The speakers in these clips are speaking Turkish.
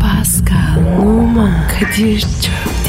Pascal, Oman, Kadir çok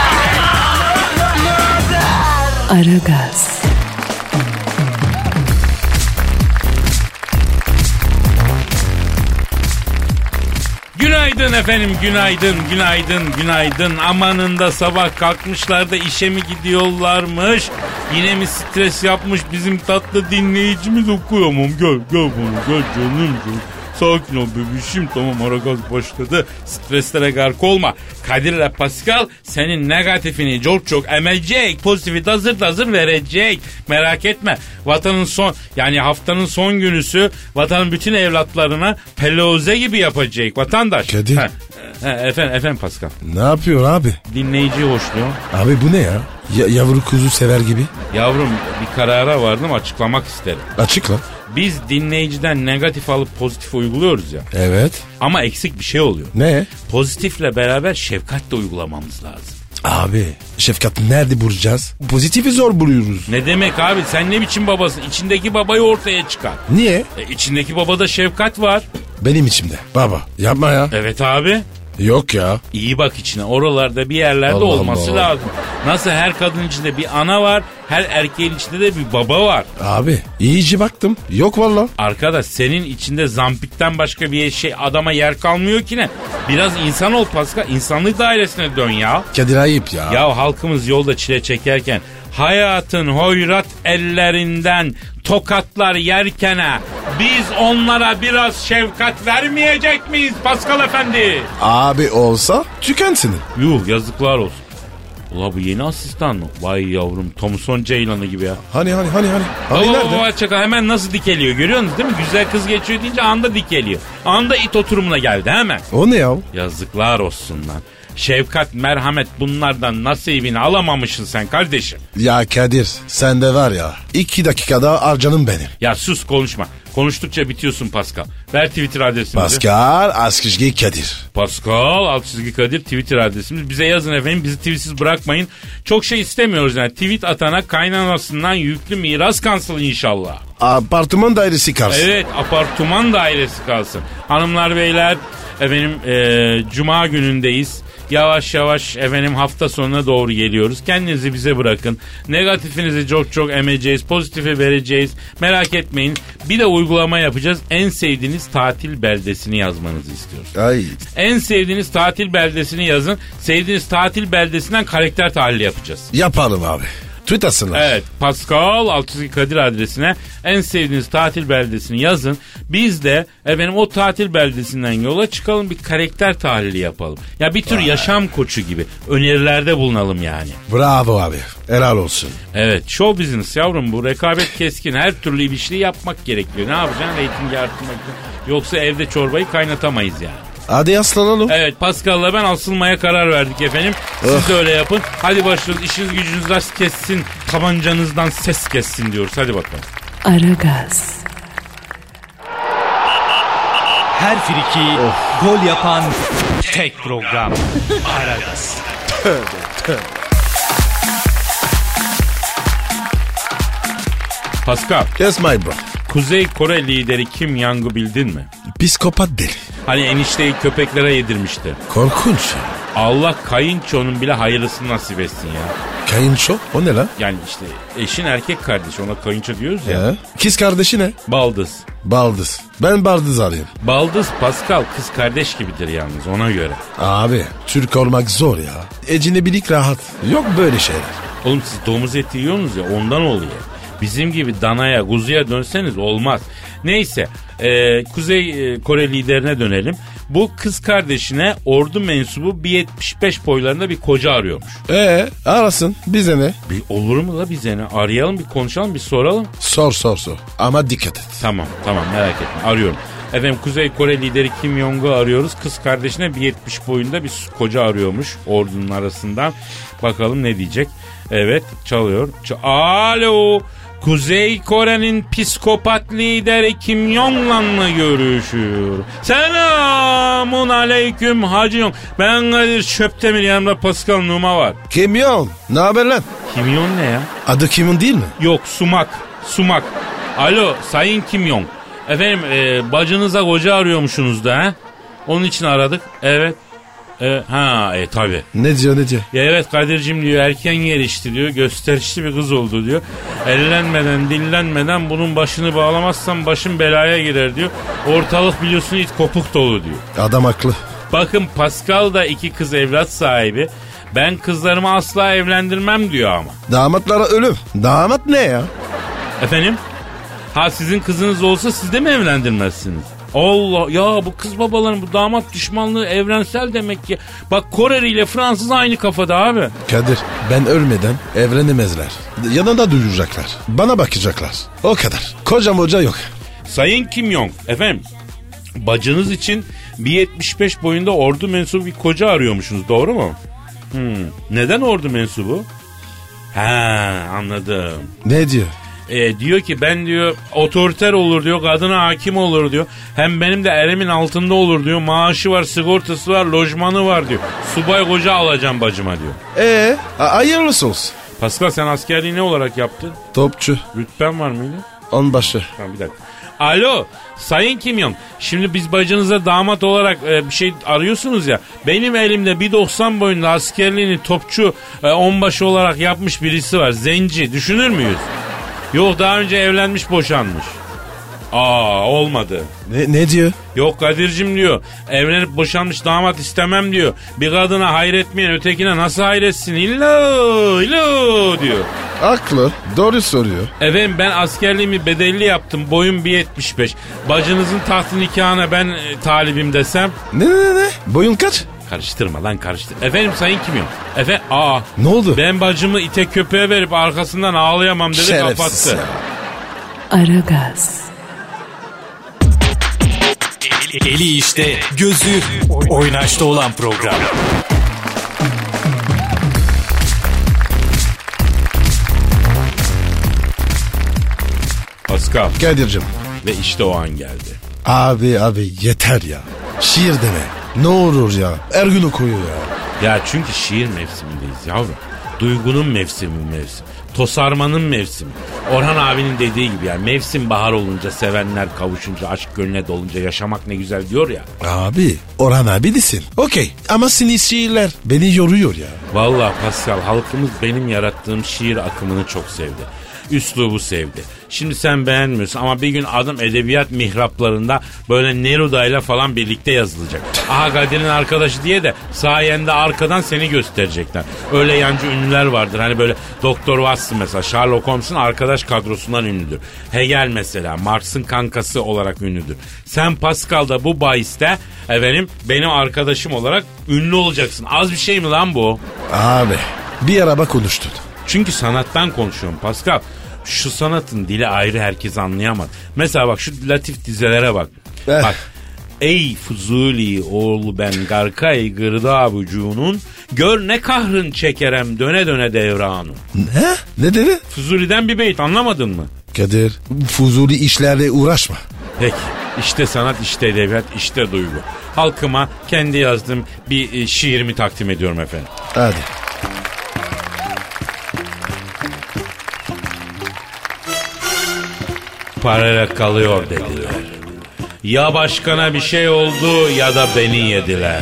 Aragaz, Günaydın efendim, günaydın, günaydın, günaydın. Amanında sabah kalkmışlar da işe mi gidiyorlarmış? Yine mi stres yapmış bizim tatlı dinleyicimiz okuyamam. Gel, gel bunu, gel canım, canım. Sakin ol bebişim tamam Aragaz başladı. Streslere gark olma. Kadir'le Pascal senin negatifini çok çok emecek. Pozitifi de hazır da hazır verecek. Merak etme. Vatanın son yani haftanın son günüsü vatanın bütün evlatlarına peloze gibi yapacak vatandaş. Kadir. Ha, ha, efendim, efendim Pascal. Ne yapıyor abi? Dinleyiciyi hoşluyor. Abi bu ne ya? ya yavru kuzu sever gibi. Yavrum bir karara vardım açıklamak isterim. Açıkla. Biz dinleyiciden negatif alıp pozitif uyguluyoruz ya. Evet. Ama eksik bir şey oluyor. Ne? Pozitifle beraber şefkat de uygulamamız lazım. Abi şefkat nerede bulacağız? Pozitifi zor buluyoruz. Ne demek abi sen ne biçim babasın? İçindeki babayı ortaya çıkar. Niye? E, içindeki babada şefkat var. Benim içimde. Baba yapma ya. Evet abi. Yok ya. İyi bak içine. Oralarda bir yerlerde Allah olması Allah. lazım. Nasıl her kadın içinde bir ana var, her erkeğin içinde de bir baba var. Abi iyice baktım. Yok valla. Arkadaş senin içinde zampikten başka bir şey adama yer kalmıyor ki ne? Biraz insan ol Pascal. insanlık dairesine dön ya. Kadir ayıp ya. Ya halkımız yolda çile çekerken hayatın hoyrat ellerinden tokatlar yerken ha, biz onlara biraz şefkat vermeyecek miyiz Pascal Efendi? Abi olsa tükensinin. Yuh yazıklar olsun. Ula bu yeni asistan mı? Vay yavrum Thomson Ceylan'ı gibi ya. Hani hani hani hani. Hani Baba nerede? baba çakal hemen nasıl dikeliyor görüyorsunuz değil mi? Güzel kız geçiyor deyince anda dikeliyor. Anda it oturumuna geldi hemen. O ne ya? Yazıklar olsun lan. Şefkat, merhamet bunlardan nasibini alamamışsın sen kardeşim. Ya Kadir sen de var ya. iki dakikada harcanım benim. Ya sus konuşma. Konuştukça bitiyorsun Pascal. Ver Twitter adresimizi. Pascal Askışgi Kadir. Pascal alt çizgi Kadir Twitter adresimiz. Bize yazın efendim bizi tweetsiz bırakmayın. Çok şey istemiyoruz yani. Tweet atana kaynanasından yüklü miras kalsın inşallah. Apartman dairesi karşı. Evet apartman dairesi kalsın. Hanımlar beyler efendim e, cuma günündeyiz. Yavaş yavaş efendim hafta sonuna doğru geliyoruz. Kendinizi bize bırakın. Negatifinizi çok çok emeceğiz. Pozitifi vereceğiz. Merak etmeyin. Bir de uygulama yapacağız. En sevdiğiniz tatil beldesini yazmanızı istiyoruz. Ay. En sevdiğiniz tatil beldesini yazın. Sevdiğiniz tatil beldesinden karakter tahlili yapacağız. Yapalım abi. Tweet atsınlar. Evet Pascal Altçizgi Kadir adresine en sevdiğiniz tatil beldesini yazın. Biz de efendim o tatil beldesinden yola çıkalım bir karakter tahlili yapalım. Ya bir tür yaşam koçu gibi önerilerde bulunalım yani. Bravo abi. Helal olsun. Evet show business yavrum bu rekabet keskin her türlü ilişkiyi yapmak gerekiyor. Ne yapacaksın reytingi arttırmak için. Yoksa evde çorbayı kaynatamayız yani. Hadi yaslanalım. Evet Pascal'la ben asılmaya karar verdik efendim. Siz de öyle yapın. Hadi başlıyoruz. İşiniz gücünüz rast kessin. Tabancanızdan ses kessin diyoruz. Hadi bakalım. Aragaz, Her friki gol yapan tek program. Aragaz. Pascal, Yes my bro. Kuzey Kore lideri Kim Yang'ı bildin mi? Psikopat deli. Hani enişteyi köpeklere yedirmişti. Korkunç. ya. Allah kayınçonun bile hayırlısını nasip etsin ya. Kayınço. O ne lan? Yani işte eşin erkek kardeşi ona kayınço diyoruz ya. Ya. Kız kardeşi ne? Baldız. Baldız. Ben baldız arayayım. Baldız Pascal kız kardeş gibidir yalnız ona göre. Abi Türk olmak zor ya. Ecinebilik rahat. Yok böyle şeyler. Oğlum siz domuz eti yiyorsunuz ya ondan oluyor. Bizim gibi danaya, kuzuya dönseniz olmaz. Neyse, e, Kuzey e, Kore liderine dönelim. Bu kız kardeşine ordu mensubu 1.75 boylarında bir koca arıyormuş. Ee arasın bize ne? Bir olur mu la bize ne? Arayalım bir konuşalım bir soralım. Sor sor sor. Ama dikkat et. Tamam tamam merak etme arıyorum. Efendim Kuzey Kore lideri Kim Jong-un'u arıyoruz. Kız kardeşine 1.70 boyunda bir koca arıyormuş ordunun arasından. Bakalım ne diyecek. Evet çalıyor. Ç- Alo. Kuzey Kore'nin psikopat lideri Kim Jong-un'la mı görüşüyor? Selamun aleyküm Hacı Jong. Ben Kadir Şöptemir yanımda Pascal Numa var. Kimyon. Ne haber lan? Kim Jong ne ya? Adı Kim'in değil mi? Yok sumak, sumak. Alo Sayın Kim Jong. Efendim e, bacınıza koca arıyormuşsunuz da ha? Onun için aradık. Evet. E, ha e tabi. Ne diyor ne diyor? Ya evet Kadir'cim diyor erken gelişti diyor. Gösterişli bir kız oldu diyor. Ellenmeden dillenmeden bunun başını bağlamazsan başın belaya girer diyor. Ortalık biliyorsun it kopuk dolu diyor. Adam haklı. Bakın Pascal da iki kız evlat sahibi. Ben kızlarımı asla evlendirmem diyor ama. Damatlara ölüm. Damat ne ya? Efendim? Ha sizin kızınız olsa siz de mi evlendirmezsiniz? Allah ya bu kız babaların bu damat düşmanlığı evrensel demek ki. Bak Koreli ile Fransız aynı kafada abi. Kadir ben ölmeden evlenemezler. Yanında duyacaklar. Bana bakacaklar. O kadar. Kocam hoca yok. Sayın Kim Jong efendim bacınız için 1.75 boyunda ordu mensubu bir koca arıyormuşsunuz doğru mu? Hmm, Neden ordu mensubu? Ha anladım. Ne diyor? E, diyor ki ben diyor otoriter olur diyor kadına hakim olur diyor. Hem benim de erimin altında olur diyor. Maaşı var sigortası var lojmanı var diyor. Subay koca alacağım bacıma diyor. Ee, a- hayırlısı olsun. Pascal sen askerliği ne olarak yaptın? Topçu, Rütben var mıydı? onbaşı. Tamam bir dakika. Alo Sayın Kim Jong. Şimdi biz bacınıza damat olarak e, bir şey arıyorsunuz ya. Benim elimde 1.90 boyunda askerliğini topçu e, onbaşı olarak yapmış birisi var. Zenci düşünür müyüz? Yok daha önce evlenmiş boşanmış. Aa olmadı. Ne, ne diyor? Yok Kadir'cim diyor. Evlenip boşanmış damat istemem diyor. Bir kadına hayretmeyen ötekine nasıl hayretsin? İllo, illo diyor. Aklı, doğru soruyor. Efendim ben askerliğimi bedelli yaptım. Boyum 1.75. Bacınızın tahtı nikahına ben e, talibim desem. Ne ne ne? Boyun kaç? Karıştırma lan karıştır. Efendim sayın kimim? Efe aa. Ne oldu? Ben bacımı ite köpeğe verip arkasından ağlayamam dedi Şerefsiz kapattı. ya. Aragaz, Eli işte, gözü oynaşta olan program. Pascal Kadir'cim. ve işte o an geldi. Abi abi yeter ya. Şiir deme. Ne olur ya. Ergün okuyor ya. Ya çünkü şiir mevsimindeyiz yavrum. Duygunun mevsimi bu mevsim. Tosarmanın mevsimi. Orhan abinin dediği gibi yani mevsim bahar olunca sevenler kavuşunca aşk gönlüne dolunca yaşamak ne güzel diyor ya. Abi Orhan abi desin. Okey ama senin şiirler beni yoruyor ya. Vallahi Pascal halkımız benim yarattığım şiir akımını çok sevdi. Üslubu sevdi. Şimdi sen beğenmiyorsun ama bir gün adım edebiyat mihraplarında böyle Neruda'yla falan birlikte yazılacak. Aha Kadir'in arkadaşı diye de sayende arkadan seni gösterecekler. Öyle yancı ünlüler vardır. Hani böyle Doktor Watson mesela Sherlock Holmes'un arkadaş kadrosundan ünlüdür. Hegel mesela Marx'ın kankası olarak ünlüdür. Sen Pascal da bu bahiste efendim benim arkadaşım olarak ünlü olacaksın. Az bir şey mi lan bu? Abi bir araba konuştun. Çünkü sanattan konuşuyorum Pascal. Şu sanatın dili ayrı herkes anlayamaz. Mesela bak şu latif dizelere bak. Eh. Bak. Ey Fuzuli oğlu ben Garkay gırda abucuğunun Gör ne kahrın çekerem döne döne devranı Ne? Ne dedi? Fuzuli'den bir beyt anlamadın mı? Kadir fuzuli işlerle uğraşma. Peki işte sanat işte edebiyat işte duygu Halkıma kendi yazdığım bir e, şiirimi takdim ediyorum efendim Hadi. parayla kalıyor dediler. Ya başkana bir şey oldu ya da beni yediler.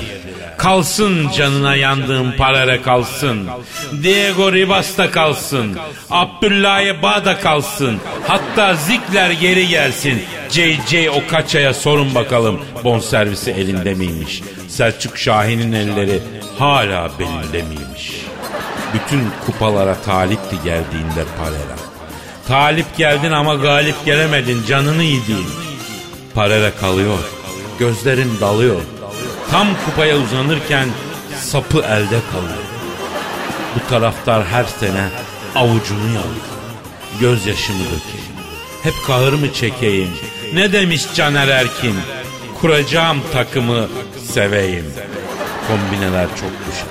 Kalsın canına yandığım parara kalsın. Diego Ribas da kalsın. Abdullah Eba da kalsın. Hatta Zikler geri gelsin. JJ Okaça'ya sorun bakalım bonservisi elinde miymiş? Selçuk Şahin'in elleri hala belinde miymiş? Bütün kupalara talipti geldiğinde parera. Talip geldin ama galip gelemedin canını yediğin. Parere kalıyor, gözlerin dalıyor. Tam kupaya uzanırken sapı elde kalıyor. Bu taraftar her sene avucunu yalıyor. Gözyaşımı dökeyim. Hep kahır mı çekeyim? Ne demiş Caner Erkin? kuracağım takımı seveyim. Kombineler çok düşer.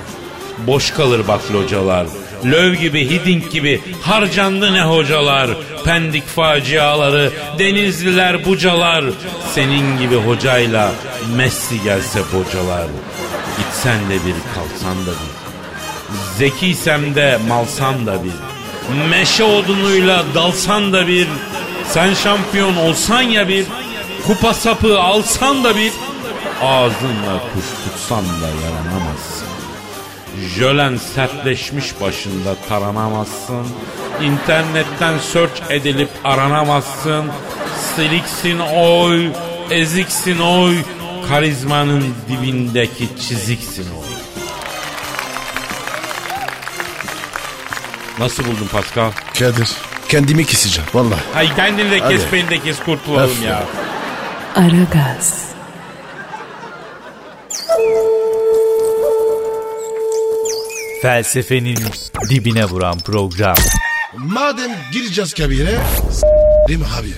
Boş kalır bak localar. Löv gibi, Hiding gibi harcandı ne hocalar. Pendik faciaları, denizliler bucalar. Senin gibi hocayla Messi gelse bocalar. Gitsen de bir kalsan da bir. Zekiysem de malsam da bir. Meşe odunuyla dalsan da bir. Sen şampiyon olsan ya bir. Kupa sapı alsan da bir. Ağzınla kuş tutsan da yaranamazsın. Jölen sertleşmiş başında taranamazsın. İnternetten search edilip aranamazsın. Siliksin oy, eziksin oy. Karizmanın dibindeki çiziksin oy. Nasıl buldun Pascal? Kadir kendimi keseceğim valla. Ay kendini de kes Hadi. beni de kes kurtulalım Öf ya. ya. Aragaz, Felsefenin dibine vuran program. Madem gireceğiz kabire s**rim abi.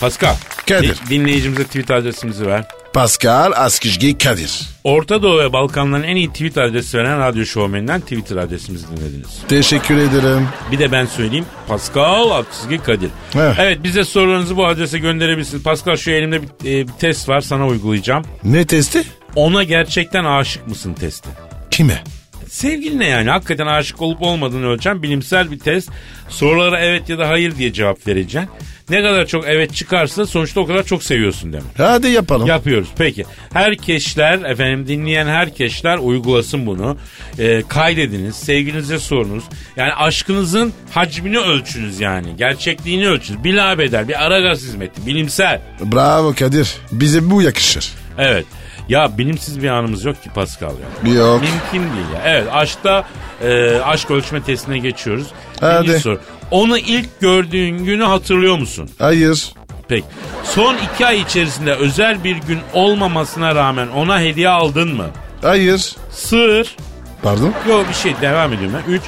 Pascal. Kadir. di- Dinleyicimize tweet adresimizi ver. Pascal Askizgi Kadir. Orta Doğu ve Balkanların en iyi tweet adresi veren radyo şovmeninden Twitter adresimizi dinlediniz. Teşekkür ederim. Bir de ben söyleyeyim. Pascal Aksızgi Kadir. Evet. Evet bize sorularınızı bu adrese gönderebilirsiniz. Pascal şu elimde bir, e, bir test var sana uygulayacağım. Ne testi? Ona gerçekten aşık mısın testi. Kime? Sevgiline yani hakikaten aşık olup olmadığını ölçen bilimsel bir test. Sorulara evet ya da hayır diye cevap vereceksin. Ne kadar çok evet çıkarsa sonuçta o kadar çok seviyorsun demek. Hadi yapalım. Yapıyoruz peki. Herkeşler efendim dinleyen herkeşler uygulasın bunu. Ee, kaydediniz. Sevginize sorunuz. Yani aşkınızın hacmini ölçünüz yani. Gerçekliğini ölçünüz. Bilabeder bir ara gaz hizmeti. Bilimsel. Bravo Kadir. Bize bu yakışır. Evet. Ya bilimsiz bir anımız yok ki Pascal ya. Yok. Mümkün değil ya. Evet aşkta e, aşk ölçme testine geçiyoruz. Hadi. Birinci soru. Onu ilk gördüğün günü hatırlıyor musun? Hayır. Peki. Son iki ay içerisinde özel bir gün olmamasına rağmen ona hediye aldın mı? Hayır. Sır. Pardon. Yok bir şey devam ediyorum ben. Üç.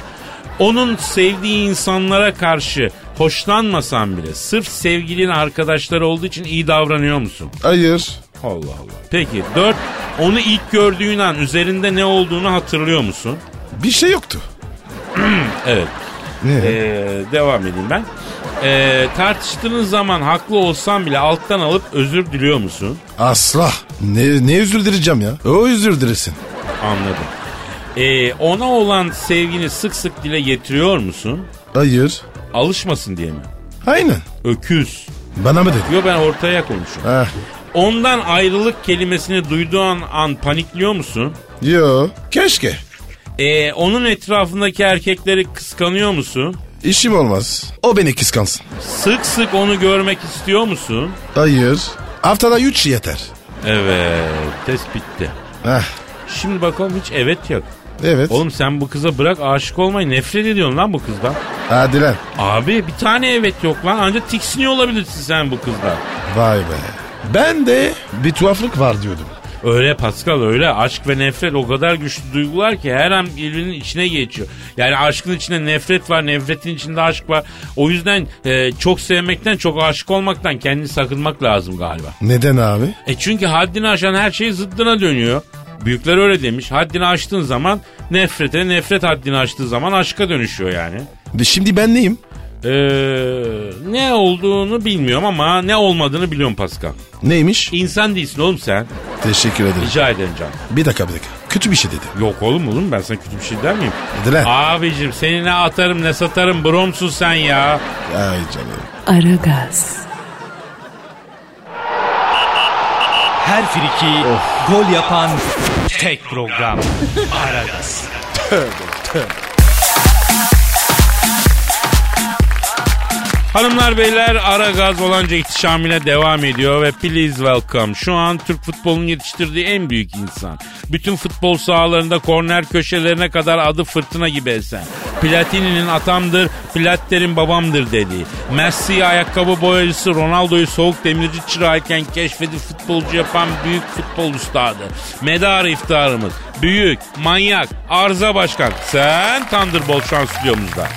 Onun sevdiği insanlara karşı hoşlanmasan bile sırf sevgilin arkadaşları olduğu için iyi davranıyor musun? Hayır. Allah Allah. Peki dört. Onu ilk gördüğün an üzerinde ne olduğunu hatırlıyor musun? Bir şey yoktu. Evet. Ne? Ee, devam edeyim ben. Ee, tartıştığın zaman haklı olsan bile alttan alıp özür diliyor musun? Asla. Ne, ne özür dileyeceğim ya? O özür dilesin. Anladım. Ee, ona olan sevgini sık sık dile getiriyor musun? Hayır. Alışmasın diye mi? Aynen. Öküz. Bana mı dedi? Yo ben ortaya konuşuyorum. Heh. Ondan ayrılık kelimesini duyduğun an panikliyor musun? Yo. Keşke. Ee, onun etrafındaki erkekleri kıskanıyor musun? İşim olmaz. O beni kıskansın. Sık sık onu görmek istiyor musun? Hayır. Haftada 3 yeter. Evet, test bitti. Heh. Şimdi bakalım hiç evet yok. Evet. Oğlum sen bu kıza bırak aşık olmayı nefret ediyorsun lan bu kızdan. Hadi lan. Abi bir tane evet yok lan ancak tiksiniyor olabilirsin sen bu kızdan. Vay be. Ben de bir tuhaflık var diyordum. Öyle Pascal öyle aşk ve nefret o kadar güçlü duygular ki her an birbirinin içine geçiyor. Yani aşkın içinde nefret var nefretin içinde aşk var. O yüzden e, çok sevmekten çok aşık olmaktan kendini sakınmak lazım galiba. Neden abi? E çünkü haddini aşan her şey zıddına dönüyor. Büyükler öyle demiş. Haddini aştığın zaman nefrete, nefret haddini aştığı zaman aşka dönüşüyor yani. De Şimdi ben neyim? Ee, ne olduğunu bilmiyorum ama ne olmadığını biliyorum Pascal. Neymiş? İnsan değilsin oğlum sen. Teşekkür ederim. Rica ederim canım. Bir dakika bir dakika. Kötü bir şey dedi. Yok oğlum oğlum ben sana kötü bir şey der miyim? Dedi lan. Abicim seni ne atarım ne satarım bromsun sen ya. Ay canım. Aragaz, Her friki gol yapan tek program. Aragaz. Hanımlar beyler ara gaz olanca ihtişamine devam ediyor ve please welcome. Şu an Türk futbolunun yetiştirdiği en büyük insan. Bütün futbol sahalarında korner köşelerine kadar adı fırtına gibi esen. Platini'nin atamdır, Platter'in babamdır dediği. Messi ayakkabı boyacısı, Ronaldo'yu soğuk demirci çırağıyken keşfedip futbolcu yapan büyük futbol üstadı. Medar iftarımız. Büyük, manyak, arıza başkan. Sen Thunderbolt şans stüdyomuzda.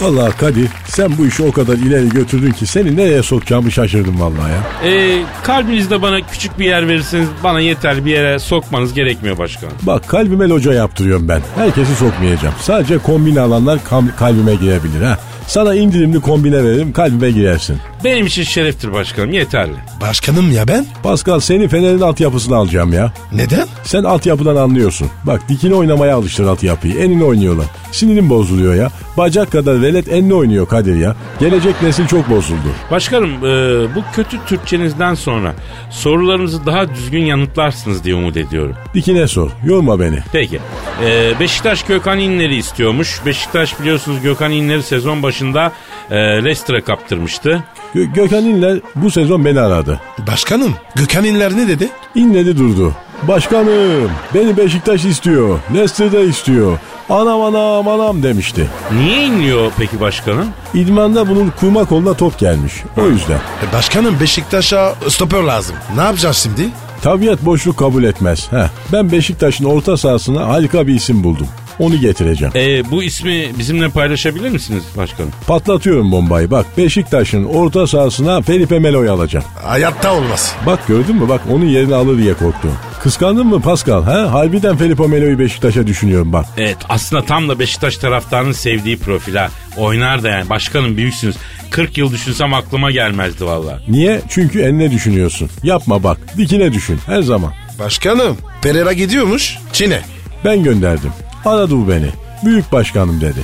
Vallahi Kadir sen bu işi o kadar ileri götürdün ki seni nereye sokacağımı şaşırdım vallahi ya. Ee, kalbinizde bana küçük bir yer verirseniz bana yeter bir yere sokmanız gerekmiyor başkan. Bak kalbime loca yaptırıyorum ben. Herkesi sokmayacağım. Sadece kombine alanlar kam- kalbime girebilir ha. Sana indirimli kombine veririm kalbime girersin. Benim için şereftir başkanım yeterli. Başkanım ya ben. Pascal seni Fener'in altyapısını alacağım ya. Neden? Sen altyapıdan anlıyorsun. Bak dikine oynamaya alıştır altyapıyı. Enine oynuyorlar. Sinirim bozuluyor ya. Bacak kadar velet enine oynuyor Kadir ya. Gelecek nesil çok bozuldu. Başkanım e, bu kötü Türkçenizden sonra sorularımızı daha düzgün yanıtlarsınız diye umut ediyorum. Dikine sor. Yorma beni. Peki. Ee, Beşiktaş Gökhan İnler'i istiyormuş. Beşiktaş biliyorsunuz Gökhan İnler'i sezon başında e, Leicester'a kaptırmıştı. Gö- Gökhan İnler bu sezon beni aradı. Başkanım Gökhan İnler ne dedi? İnledi durdu. Başkanım beni Beşiktaş istiyor. Leicester de istiyor. Anam anam anam demişti. Niye inliyor peki başkanım? İdmanda bunun kurma koluna top gelmiş. O yüzden. E, başkanım Beşiktaş'a stoper lazım. Ne yapacağız şimdi? Tabiat boşluk kabul etmez. Heh. Ben Beşiktaş'ın orta sahasına harika bir isim buldum. Onu getireceğim. Ee, bu ismi bizimle paylaşabilir misiniz başkanım? Patlatıyorum bombayı. Bak Beşiktaş'ın orta sahasına Felipe Melo'yu alacağım. Hayatta olmaz. Bak gördün mü? Bak onun yerini alır diye korktum. Kıskandın mı Pascal? Ha? Harbiden Felipe Melo'yu Beşiktaş'a düşünüyorum bak. Evet aslında tam da Beşiktaş taraftarının sevdiği profil ha. Oynar da yani başkanım büyüksünüz. 40 yıl düşünsem aklıma gelmezdi valla. Niye? Çünkü enine düşünüyorsun. Yapma bak. Dikine düşün. Her zaman. Başkanım Pereira gidiyormuş Çin'e. Ben gönderdim. Aradı bu beni. Büyük başkanım dedi.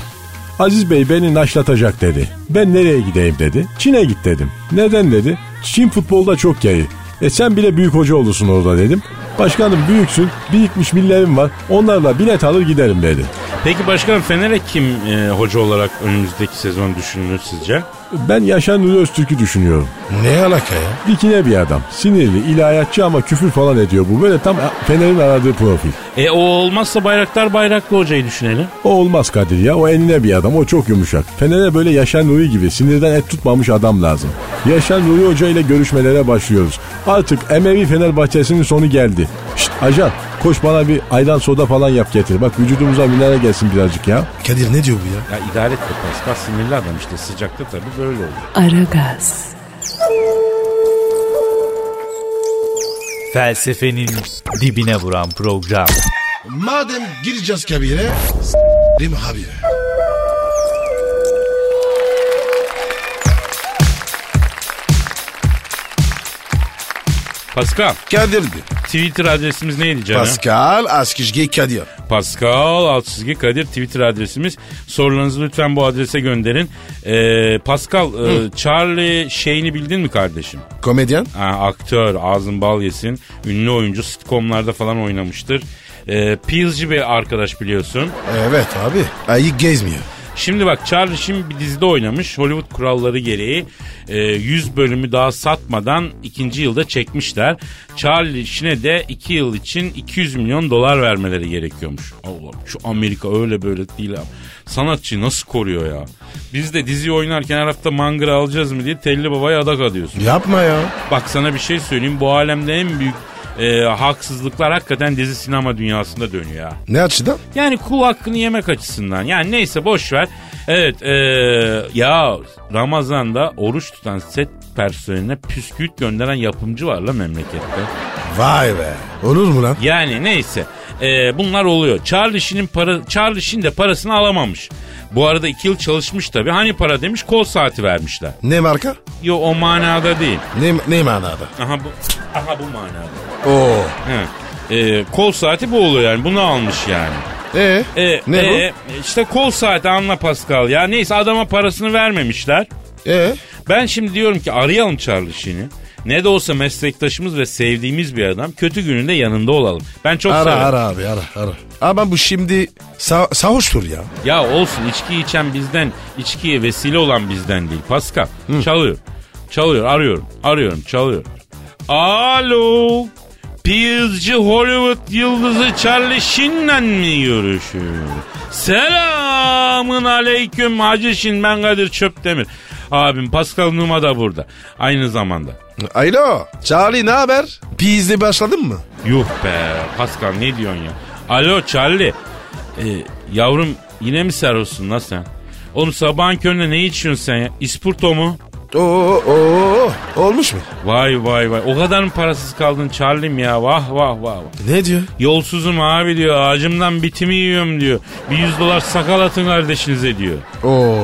Aziz Bey beni naşlatacak dedi. Ben nereye gideyim dedi. Çin'e git dedim. Neden dedi. Çin futbolda çok iyi. E sen bile büyük hoca olursun orada dedim. Başkanım büyüksün, birikmiş millerim var. Onlarla bilet alır giderim dedi. Peki başkanım Fener'e kim e, hoca olarak önümüzdeki sezon düşünülür sizce? Ben Yaşar Nuri Öztürk'ü düşünüyorum. Ne alaka ya? Dikine bir adam. Sinirli, ilahiyatçı ama küfür falan ediyor bu. Böyle tam Fener'in aradığı profil. E o olmazsa Bayraktar Bayraklı hocayı düşünelim. O olmaz Kadir ya. O enine bir adam. O çok yumuşak. Fener'e böyle Yaşar Nuri gibi sinirden et tutmamış adam lazım. Yaşar Nuri Hoca ile görüşmelere başlıyoruz. Artık Emevi Fenerbahçesi'nin sonu geldi. Şşt ajan koş bana bir ayran soda falan yap getir. Bak vücudumuza minare gelsin birazcık ya. Kadir ne diyor bu ya? Ya idare et be Pascal sinirli adam işte sıcakta tabii böyle oluyor. Aragaz, Felsefenin dibine vuran program. Madem gireceğiz kabire s**rim abi. Pascal Kadir'di. Twitter adresimiz neydi canım? Pascal Askizgi Kadir. Pascal Altsızgi Kadir Twitter adresimiz. Sorularınızı lütfen bu adrese gönderin. Ee, Pascal e, Charlie şeyini bildin mi kardeşim? Komedyen. Ha, aktör ağzın bal yesin. Ünlü oyuncu sitcomlarda falan oynamıştır. Ee, Peel'ci bir arkadaş biliyorsun. Evet abi. Ayı gezmiyor. Şimdi bak Charlie şimdi bir dizide oynamış. Hollywood kuralları gereği e, 100 bölümü daha satmadan ikinci yılda çekmişler. Charlie işine de 2 yıl için 200 milyon dolar vermeleri gerekiyormuş. Allah şu Amerika öyle böyle değil ama. Sanatçı nasıl koruyor ya? Biz de dizi oynarken her hafta mangır alacağız mı diye telli babaya adak adıyorsun. Yapma ya. Bak sana bir şey söyleyeyim. Bu alemde en büyük e, haksızlıklar hakikaten dizi sinema dünyasında dönüyor ha. Ne açıdan? Yani kul hakkını yemek açısından. Yani neyse boş ver. Evet ee, ya Ramazan'da oruç tutan set personeline püsküvit gönderen yapımcı var la memlekette. Vay be. Olur mu lan? Yani neyse ee, bunlar oluyor. Charlie Sheen'in para, Charlie Sheen de parasını alamamış. Bu arada iki yıl çalışmış tabii. Hani para demiş kol saati vermişler. Ne marka? Yo o manada değil. Ne, ne manada? Aha bu, aha bu manada. Oo. He. Ee, kol saati bu oluyor yani. Bunu almış yani. E, E, ne e, İşte kol saati anla Pascal ya. Neyse adama parasını vermemişler. bu? E, Ben şimdi diyorum ki arayalım Charlie Sheen'i. Ne de olsa meslektaşımız ve sevdiğimiz bir adam. Kötü gününde yanında olalım. Ben çok Ara severim. ara abi ara ara. Ama bu şimdi sa sarhoştur ya. Ya olsun içki içen bizden, içkiye vesile olan bizden değil. Pascal çalıyor. Çalıyor arıyorum. Arıyorum çalıyor. Alo. Piyazcı Hollywood yıldızı Charlie Sheen'le mi görüşüyor? Selamın aleyküm Hacı Şin ben Kadir Çöptemir. Abim Pascal Numa da burada. Aynı zamanda. Alo. Charlie ne haber? Pizli başladın mı? Yuh be Pascal ne diyorsun ya? Alo Charlie. Ee, yavrum yine mi sarhoşsun lan sen? Oğlum sabahın köründe ne içiyorsun sen ya? İspurto mu? Oo, oo, olmuş mu? Vay vay vay. O kadar mı parasız kaldın Charlie'm ya? Vah vah vah. vah. Ne diyor? Yolsuzum abi diyor. Ağacımdan bitimi yiyorum diyor. Bir yüz dolar sakal atın kardeşinize diyor. Oo,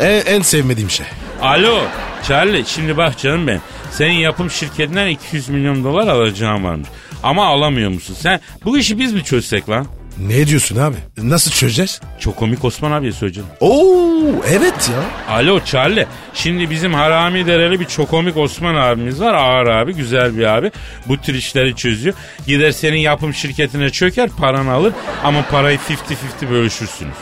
en, en sevmediğim şey. Alo Charlie şimdi bak canım benim. Senin yapım şirketinden 200 milyon dolar alacağım varmış. Ama alamıyor musun sen? Bu işi biz mi çözsek lan? Ne diyorsun abi? Nasıl çözeceğiz? Çok komik Osman abiye söyleyeceğim. Oo, evet ya. Alo Charlie. Şimdi bizim harami dereli bir çokomik Osman abimiz var. Ağır abi, güzel bir abi. Bu tür işleri çözüyor. Gider senin yapım şirketine çöker, paranı alır ama parayı 50-50 bölüşürsünüz.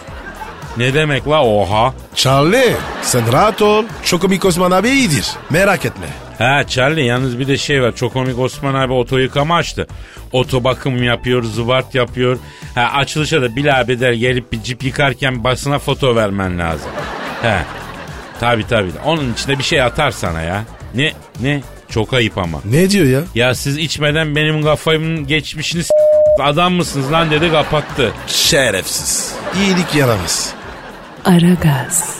Ne demek la oha? Charlie, sen rahat ol. Çokomik Osman abi iyidir. Merak etme. Ha Charlie yalnız bir de şey var. Çokomik Osman abi oto yıkama açtı. Oto bakım yapıyor, zıvart yapıyor. Ha açılışa da bilabeder gelip bir cip yıkarken basına foto vermen lazım. He. Tabi tabi. Onun içinde bir şey atar sana ya. Ne ne? Çok ayıp ama. Ne diyor ya? Ya siz içmeden benim kafamın geçmişini s- adam mısınız lan dedi kapattı. Şerefsiz. İyilik yaramaz. Aragaz,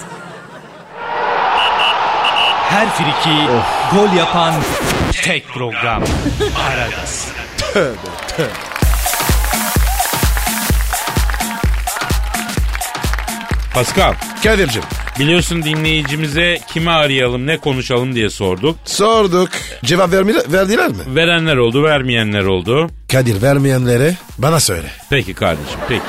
Her friki gol yapan tek program. Aragaz. Pascal Kadir'cim biliyorsun dinleyicimize kimi arayalım ne konuşalım diye sorduk. sorduk. Cevap vermi- verdiler mi? Verenler oldu vermeyenler oldu. Kadir vermeyenlere bana söyle. Peki kardeşim peki.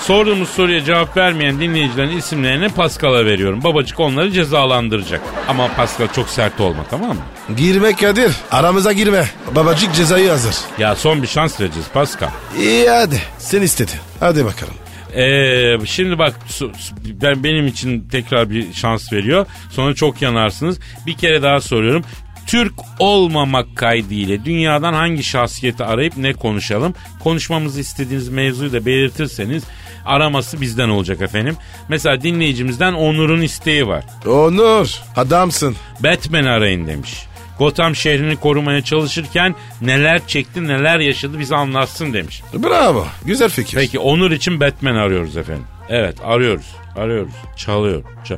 Sorduğumuz soruya cevap vermeyen dinleyicilerin isimlerini Pascal'a veriyorum. Babacık onları cezalandıracak. Ama Pascal çok sert olma tamam mı? Girme Kadir. Aramıza girme. Babacık cezayı hazır. Ya son bir şans vereceğiz Pascal. İyi hadi. Sen istedin. Hadi bakalım. Ee, şimdi bak su- su- ben benim için tekrar bir şans veriyor. Sonra çok yanarsınız. Bir kere daha soruyorum. Türk olmamak kaydıyla dünyadan hangi şahsiyeti arayıp ne konuşalım? Konuşmamızı istediğiniz mevzuyu da belirtirseniz araması bizden olacak efendim. Mesela dinleyicimizden Onur'un isteği var. Onur adamsın. Batman arayın demiş. Gotham şehrini korumaya çalışırken neler çekti neler yaşadı bize anlatsın demiş. Bravo. Güzel fikir. Peki Onur için Batman arıyoruz efendim. Evet arıyoruz. Arıyoruz. Çalıyor. Çal-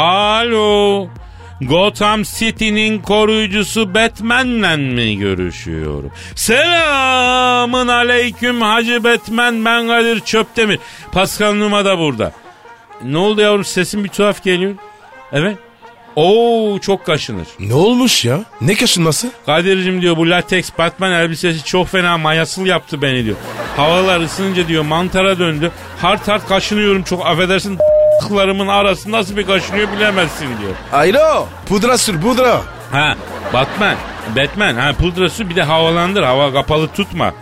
Alo. Gotham City'nin koruyucusu Batman'le mi görüşüyorum? Selamın aleyküm Hacı Batman ben Kadir Çöptemir. Pascal Numa da burada. Ne oldu yavrum sesin bir tuhaf geliyor. Evet. Oo çok kaşınır. Ne olmuş ya? Ne kaşınması? Kadir'cim diyor bu lateks Batman elbisesi çok fena mayasıl yaptı beni diyor. Havalar ısınınca diyor mantara döndü. Hart hart kaşınıyorum çok affedersin tıklarımın arası nasıl bir kaşınıyor bilemezsin diyor. Alo. Pudra sür pudra. Ha Batman Batman ha pudrası bir de havalandır hava kapalı tutma.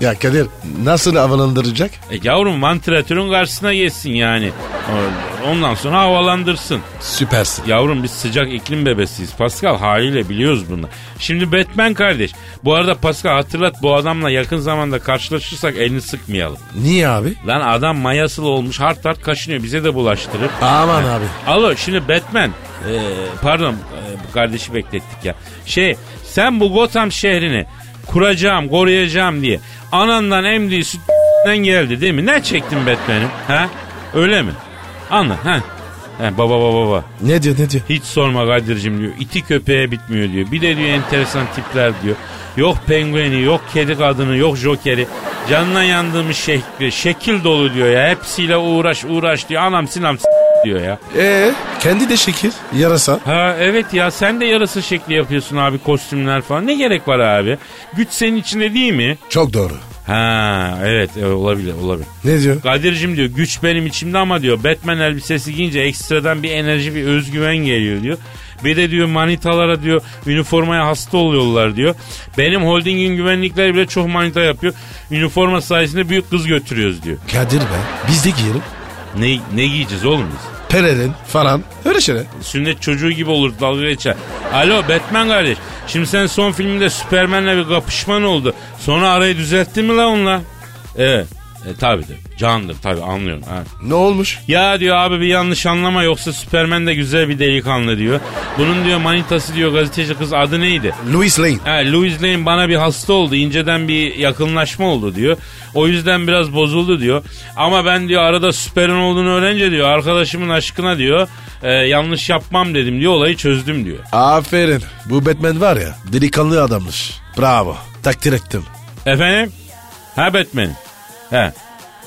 ya Kadir nasıl havalandıracak? E yavrum vantilatörün karşısına geçsin yani. Ondan sonra havalandırsın. Süpersin. Yavrum biz sıcak iklim bebesiyiz Pascal haliyle biliyoruz bunu. Şimdi Batman kardeş. Bu arada Pascal hatırlat bu adamla yakın zamanda karşılaşırsak elini sıkmayalım. Niye abi? Lan adam mayasıl olmuş hart hart kaşınıyor bize de bulaştırır. Aman abi. Alo şimdi Batman e, pardon e, kardeşi beklettik ya. Şey sen bu Gotham şehrini kuracağım koruyacağım diye anandan emdiği sütten geldi değil mi? Ne çektin Batman'im? Ha? Öyle mi? Anla ha. He, baba baba baba. Ne diyor ne diyor? Hiç sorma Kadir'cim diyor. İti köpeğe bitmiyor diyor. Bir de diyor enteresan tipler diyor. Yok pengueni, yok kedi kadını, yok jokeri. Canına yandığımız şekil, şekil dolu diyor ya. Hepsiyle uğraş uğraş diyor. Anam sinam s- diyor ya. Ee, kendi de şekil. Yarasa. Ha evet ya sen de yarasa şekli yapıyorsun abi kostümler falan. Ne gerek var abi? Güç senin içinde değil mi? Çok doğru. Ha evet e, olabilir olabilir. Ne diyor? Kadir'cim diyor güç benim içimde ama diyor Batman elbisesi giyince ekstradan bir enerji bir özgüven geliyor diyor. Bir de diyor manitalara diyor üniformaya hasta oluyorlar diyor. Benim holdingin güvenlikleri bile çok manita yapıyor. Üniforma sayesinde büyük kız götürüyoruz diyor. Kadir be biz de giyelim. Ne, ne giyeceğiz oğlum biz? Perelin falan öyle şeyler. Sünnet çocuğu gibi olur dalga geçer. Alo Batman kardeş. Şimdi sen son filminde Superman'le bir kapışman oldu. Sonra arayı düzelttin mi la onunla? Evet. E, tabii de. Candır tabii anlıyorum. Ha. Ne olmuş? Ya diyor abi bir yanlış anlama yoksa Superman de güzel bir delikanlı diyor. Bunun diyor manitası diyor gazeteci kız adı neydi? Louis Lane. Ha, Louis Lane bana bir hasta oldu. inceden bir yakınlaşma oldu diyor. O yüzden biraz bozuldu diyor. Ama ben diyor arada süperin olduğunu öğrenince diyor arkadaşımın aşkına diyor "e, yanlış yapmam dedim diyor olayı çözdüm diyor. Aferin. Bu Batman var ya delikanlı adammış. Bravo. Takdir ettim. Efendim? Ha Batman. He.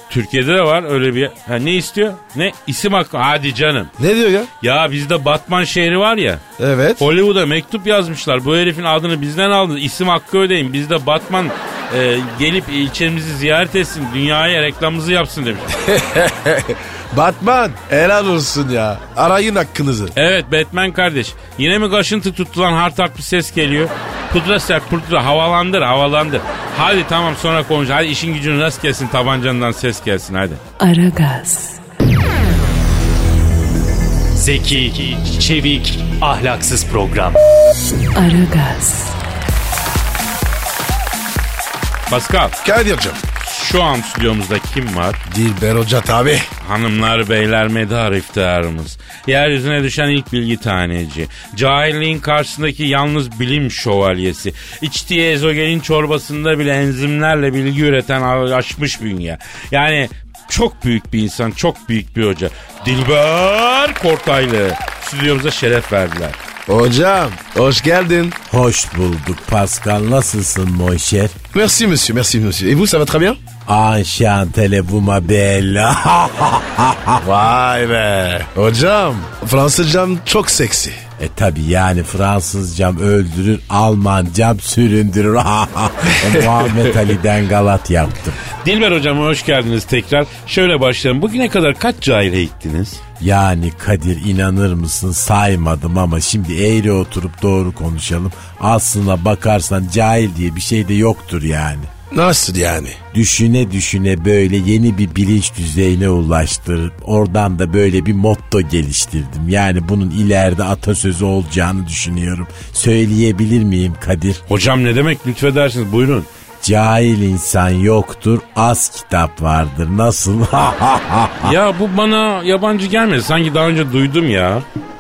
Türkiye'de de var öyle bir. Ha, ne istiyor? Ne? İsim hakkı. Hadi canım. Ne diyor ya? Ya bizde Batman şehri var ya. Evet. Hollywood'a mektup yazmışlar. Bu herifin adını bizden aldı. İsim hakkı ödeyin. Bizde Batman e, gelip ilçemizi ziyaret etsin. Dünyaya reklamımızı yapsın demiş. Batman helal olsun ya. Arayın hakkınızı. evet Batman kardeş. Yine mi kaşıntı tuttu lan hartak bir ses geliyor. Pudra sert pudra havalandır havalandır. Hadi tamam sonra konuş. Hadi işin gücün rast gelsin tabancandan ses gelsin hadi. Aragaz, Zeki, çevik, ahlaksız program. Aragaz, Pascal Kadir'cim. şu an stüdyomuzda kim var? Dilber Hoca tabi. Hanımlar beyler medar iftiharımız. Yeryüzüne düşen ilk bilgi taneci. Cahilliğin karşısındaki yalnız bilim şövalyesi. İçtiği ezogelin çorbasında bile enzimlerle bilgi üreten a- açmış bünye. Yani çok büyük bir insan, çok büyük bir hoca. Dilber Kortaylı stüdyomuza şeref verdiler. Hocam hoş geldin. Hoş bulduk Pascal. Nasılsın mon cher? Merci monsieur, merci monsieur. Et vous ça va très bien? Enchanté bu ma belle. Vay be. Hocam Fransızcam çok seksi. e tabi yani Fransızcam öldürür, Almancam süründürür. Muhammed Ali'den galat yaptım. Dilber hocam hoş geldiniz tekrar. Şöyle başlayalım. Bugüne kadar kaç cahil eğittiniz? Yani Kadir inanır mısın saymadım ama şimdi eğri oturup doğru konuşalım. Aslına bakarsan cahil diye bir şey de yoktur yani. Nasıl yani? Düşüne düşüne böyle yeni bir bilinç düzeyine ulaştırıp oradan da böyle bir motto geliştirdim. Yani bunun ileride atasözü olacağını düşünüyorum. Söyleyebilir miyim Kadir? Hocam ne demek lütfedersiniz buyurun. Cahil insan yoktur, az kitap vardır. Nasıl? Ya bu bana yabancı gelmedi. Sanki daha önce duydum ya.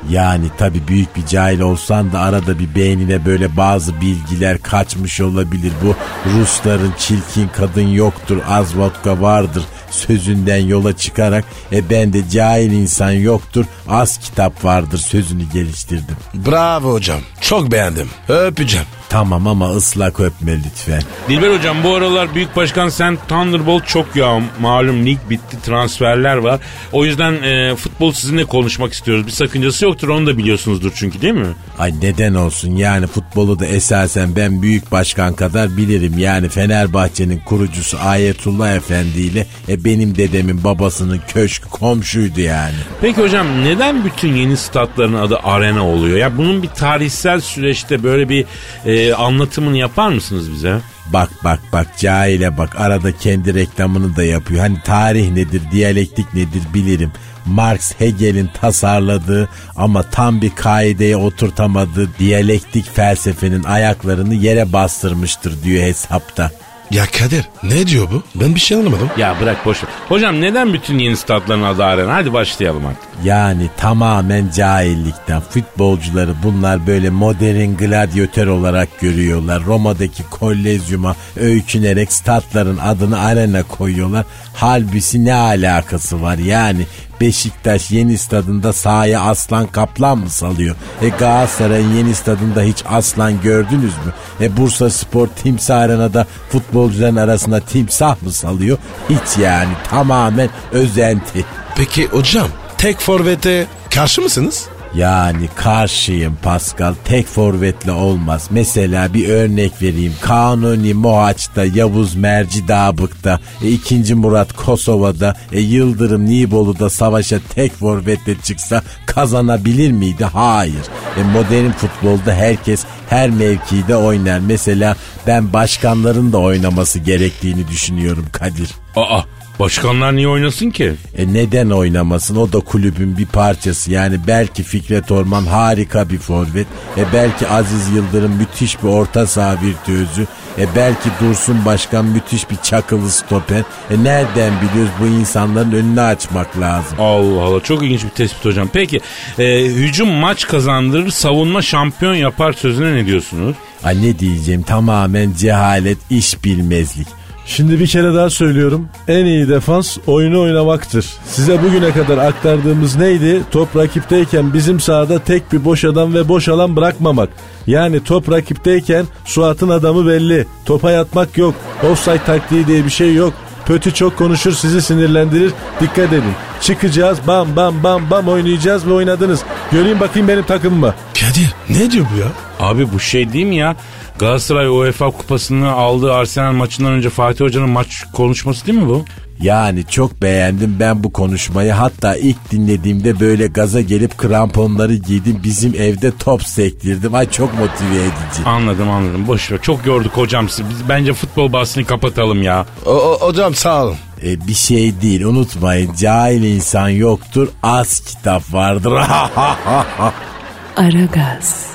Yani tabii büyük bir cahil olsan da arada bir beynine böyle bazı bilgiler kaçmış olabilir. Bu Rusların çirkin kadın yoktur az vodka vardır sözünden yola çıkarak e ben de cahil insan yoktur az kitap vardır sözünü geliştirdim. Bravo hocam. Çok beğendim. Öpeceğim. Tamam ama ıslak öpme lütfen. Dilber hocam bu aralar Büyük Başkan sen Thunderbolt çok ya malum lig bitti transferler var. O yüzden e, futbol sizinle konuşmak istiyoruz. Bir sakıncası yoktur onu da biliyorsunuzdur çünkü değil mi? Ay neden olsun yani futbolu da esasen ben büyük başkan kadar bilirim. Yani Fenerbahçe'nin kurucusu Ayetullah Efendi ile e, benim dedemin babasının köşkü komşuydu yani. Peki hocam neden bütün yeni statların adı arena oluyor? Ya bunun bir tarihsel süreçte böyle bir e, anlatımını yapar mısınız bize? Bak bak bak cahile bak arada kendi reklamını da yapıyor. Hani tarih nedir, diyalektik nedir bilirim. Marx Hegel'in tasarladığı ama tam bir kaideye oturtamadığı diyalektik felsefenin ayaklarını yere bastırmıştır diyor hesapta. Ya Kadir ne diyor bu? Ben bir şey anlamadım. Ya bırak boş ver. Hocam neden bütün yeni statların adı arena? Hadi başlayalım artık. Yani tamamen cahillikten futbolcuları bunlar böyle modern gladyatör olarak görüyorlar. Roma'daki kollezyuma öykünerek statların adını arena koyuyorlar. Halbisi ne alakası var yani Beşiktaş yeni stadında sahaya aslan kaplan mı salıyor? E Galatasaray'ın yeni stadında hiç aslan gördünüz mü? E Bursa Spor timsah arenada futbolcuların arasında timsah mı salıyor? Hiç yani tamamen özenti. Peki hocam tek forvete karşı mısınız? Yani karşıyım Pascal. Tek forvetle olmaz. Mesela bir örnek vereyim. Kanuni Mohaç'ta, Yavuz Mercidabık'ta, e, 2. Murat Kosova'da, e, Yıldırım Nibolu'da savaşa tek forvetle çıksa kazanabilir miydi? Hayır. E, modern futbolda herkes her mevkide oynar. Mesela ben başkanların da oynaması gerektiğini düşünüyorum Kadir. Aa başkanlar niye oynasın ki? E neden oynamasın? O da kulübün bir parçası. Yani belki Fikret Orman harika bir forvet. E belki Aziz Yıldırım müthiş bir orta saha virtüözü. E belki Dursun Başkan müthiş bir çakılı stoper. E nereden biliyoruz bu insanların önünü açmak lazım. Allah Allah çok ilginç bir tespit hocam. Peki e, hücum maç kazandırır savunma şampiyon yapar sözüne ne diyorsunuz? Ay ne diyeceğim tamamen cehalet, iş bilmezlik. Şimdi bir kere daha söylüyorum. En iyi defans oyunu oynamaktır. Size bugüne kadar aktardığımız neydi? Top rakipteyken bizim sahada tek bir boş adam ve boş alan bırakmamak. Yani top rakipteyken Suat'ın adamı belli. Topa yatmak yok. Offside taktiği diye bir şey yok. Pötü çok konuşur sizi sinirlendirir. Dikkat edin. Çıkacağız bam bam bam bam oynayacağız ve oynadınız. Göreyim bakayım benim takımıma. Kadir ne diyor bu ya? Abi bu şey değil mi ya? Galatasaray UEFA kupasını aldığı Arsenal maçından önce Fatih Hoca'nın maç konuşması değil mi bu? Yani çok beğendim ben bu konuşmayı. Hatta ilk dinlediğimde böyle gaza gelip kramponları giydim. Bizim evde top sektirdim. Ay çok motive edici. Anladım anladım. Boş ver. Çok gördük hocam sizi. Biz bence futbol bahsini kapatalım ya. O, o- hocam sağ olun. E, bir şey değil unutmayın. Cahil insan yoktur. Az kitap vardır. Aragaz,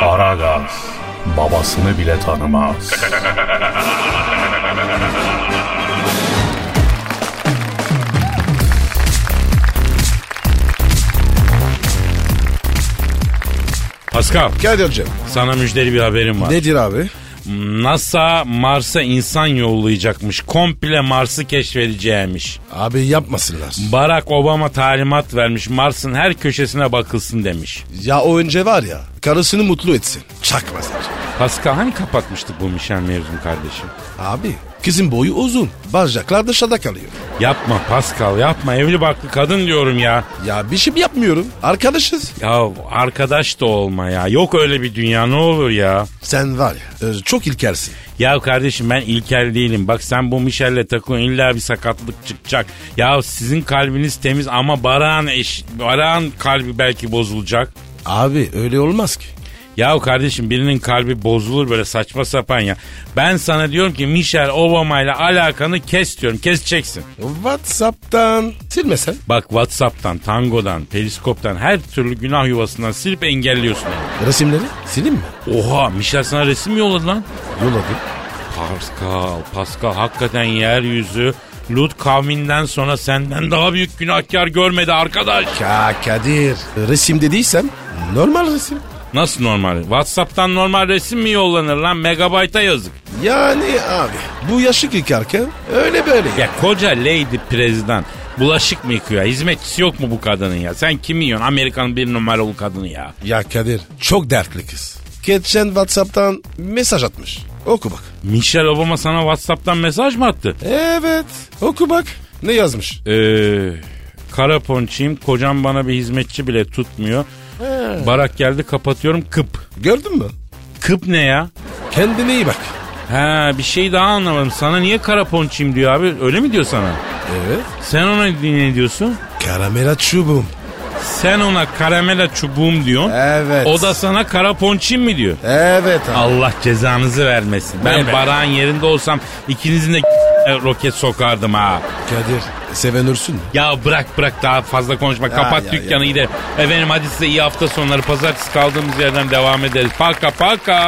Aragaz babasını bile tanımaz. Pascal Kadir hocam. sana müjdeli bir haberim var. Nedir abi? NASA Mars'a insan yollayacakmış. Komple Mars'ı keşfedeceğimiş. Abi yapmasınlar. Barack Obama talimat vermiş. Mars'ın her köşesine bakılsın demiş. Ya o önce var ya karısını mutlu etsin. Çakmasın. Pascal hani kapatmıştık bu Mişen mevzunu kardeşim? Abi kızın boyu uzun. Bacaklar dışarıda kalıyor. Yapma Pascal yapma evli barklı kadın diyorum ya. Ya bir şey yapmıyorum. Arkadaşız. Ya arkadaş da olma ya. Yok öyle bir dünya ne olur ya. Sen var ya e, çok ilkersin. Ya kardeşim ben ilkel değilim. Bak sen bu Michel'le takılın illa bir sakatlık çıkacak. Ya sizin kalbiniz temiz ama Baran eş, Baran kalbi belki bozulacak. Abi öyle olmaz ki. Ya kardeşim birinin kalbi bozulur böyle saçma sapan ya. Ben sana diyorum ki Michel Obama ile alakanı kes diyorum. Keseceksin. Whatsapp'tan silmesen. Bak Whatsapp'tan, Tango'dan, Periskop'tan her türlü günah yuvasından silip engelliyorsun. Resimleri silin mi? Oha Michel sana resim yolladı lan. Yolladım. Pascal, Pascal hakikaten yeryüzü Lut kavminden sonra senden daha büyük günahkar görmedi arkadaş. Ya Kadir. Resim dediysem normal resim. Nasıl normal? Whatsapp'tan normal resim mi yollanır lan? Megabayta yazık. Yani abi bu yaşık yıkarken öyle böyle. Ya koca lady prezident bulaşık mı yıkıyor? Hizmetçisi yok mu bu kadının ya? Sen kimi yiyorsun? Amerikan bir numaralı kadını ya. Ya Kadir çok dertli kız. Geçen Whatsapp'tan mesaj atmış. Oku bak. Michelle Obama sana Whatsapp'tan mesaj mı attı? Evet oku bak. Ne yazmış? Ee, kara ponçiyim. Kocam bana bir hizmetçi bile tutmuyor. Barak geldi kapatıyorum kıp. Gördün mü? Kıp ne ya? Kendine iyi bak. Ha bir şey daha anlamadım. Sana niye kara ponçiyim diyor abi? Öyle mi diyor sana? Evet. Sen ona ne diyorsun? Karamela çubuğum. Sen ona karamela çubuğum diyorsun. Evet. O da sana kara ponçiyim mi diyor? Evet abi. Allah cezanızı vermesin. Ben Barak'ın yerinde olsam ikinizin de roket sokardım ha. Kadir sevenürsün mü? Ya bırak bırak daha fazla konuşma. Kapat ya, dükkanı ya. gidelim. Efendim hadi size iyi hafta sonları. Pazartesi kaldığımız yerden devam ederiz. Paka paka.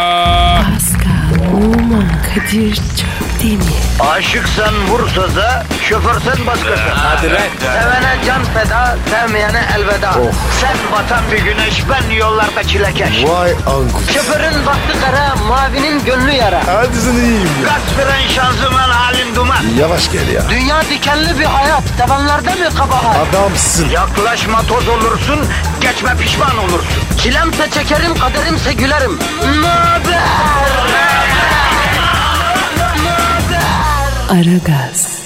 Pascal, Oman, Kadir çok değil mi? Aşıksan vursa da, şoförsen başkasın. Hadi lan. Sevene can feda, sevmeyene elveda. Sen batan bir güneş, ben yollarda çilekeş. Vay anku. Şoförün baktı kara, mavinin gönlü yara. Hadi sen iyiyim ya. Kasperen şanzıman halin duman. Yavaş gel ya. Dünya dikenli bir hayat, sevenlerde mi kabahar? Adamsın. Yaklaşma toz olursun, geçme pişman olursun. Çilemse çekerim, kaderimse gülerim. Möber! Aragaz.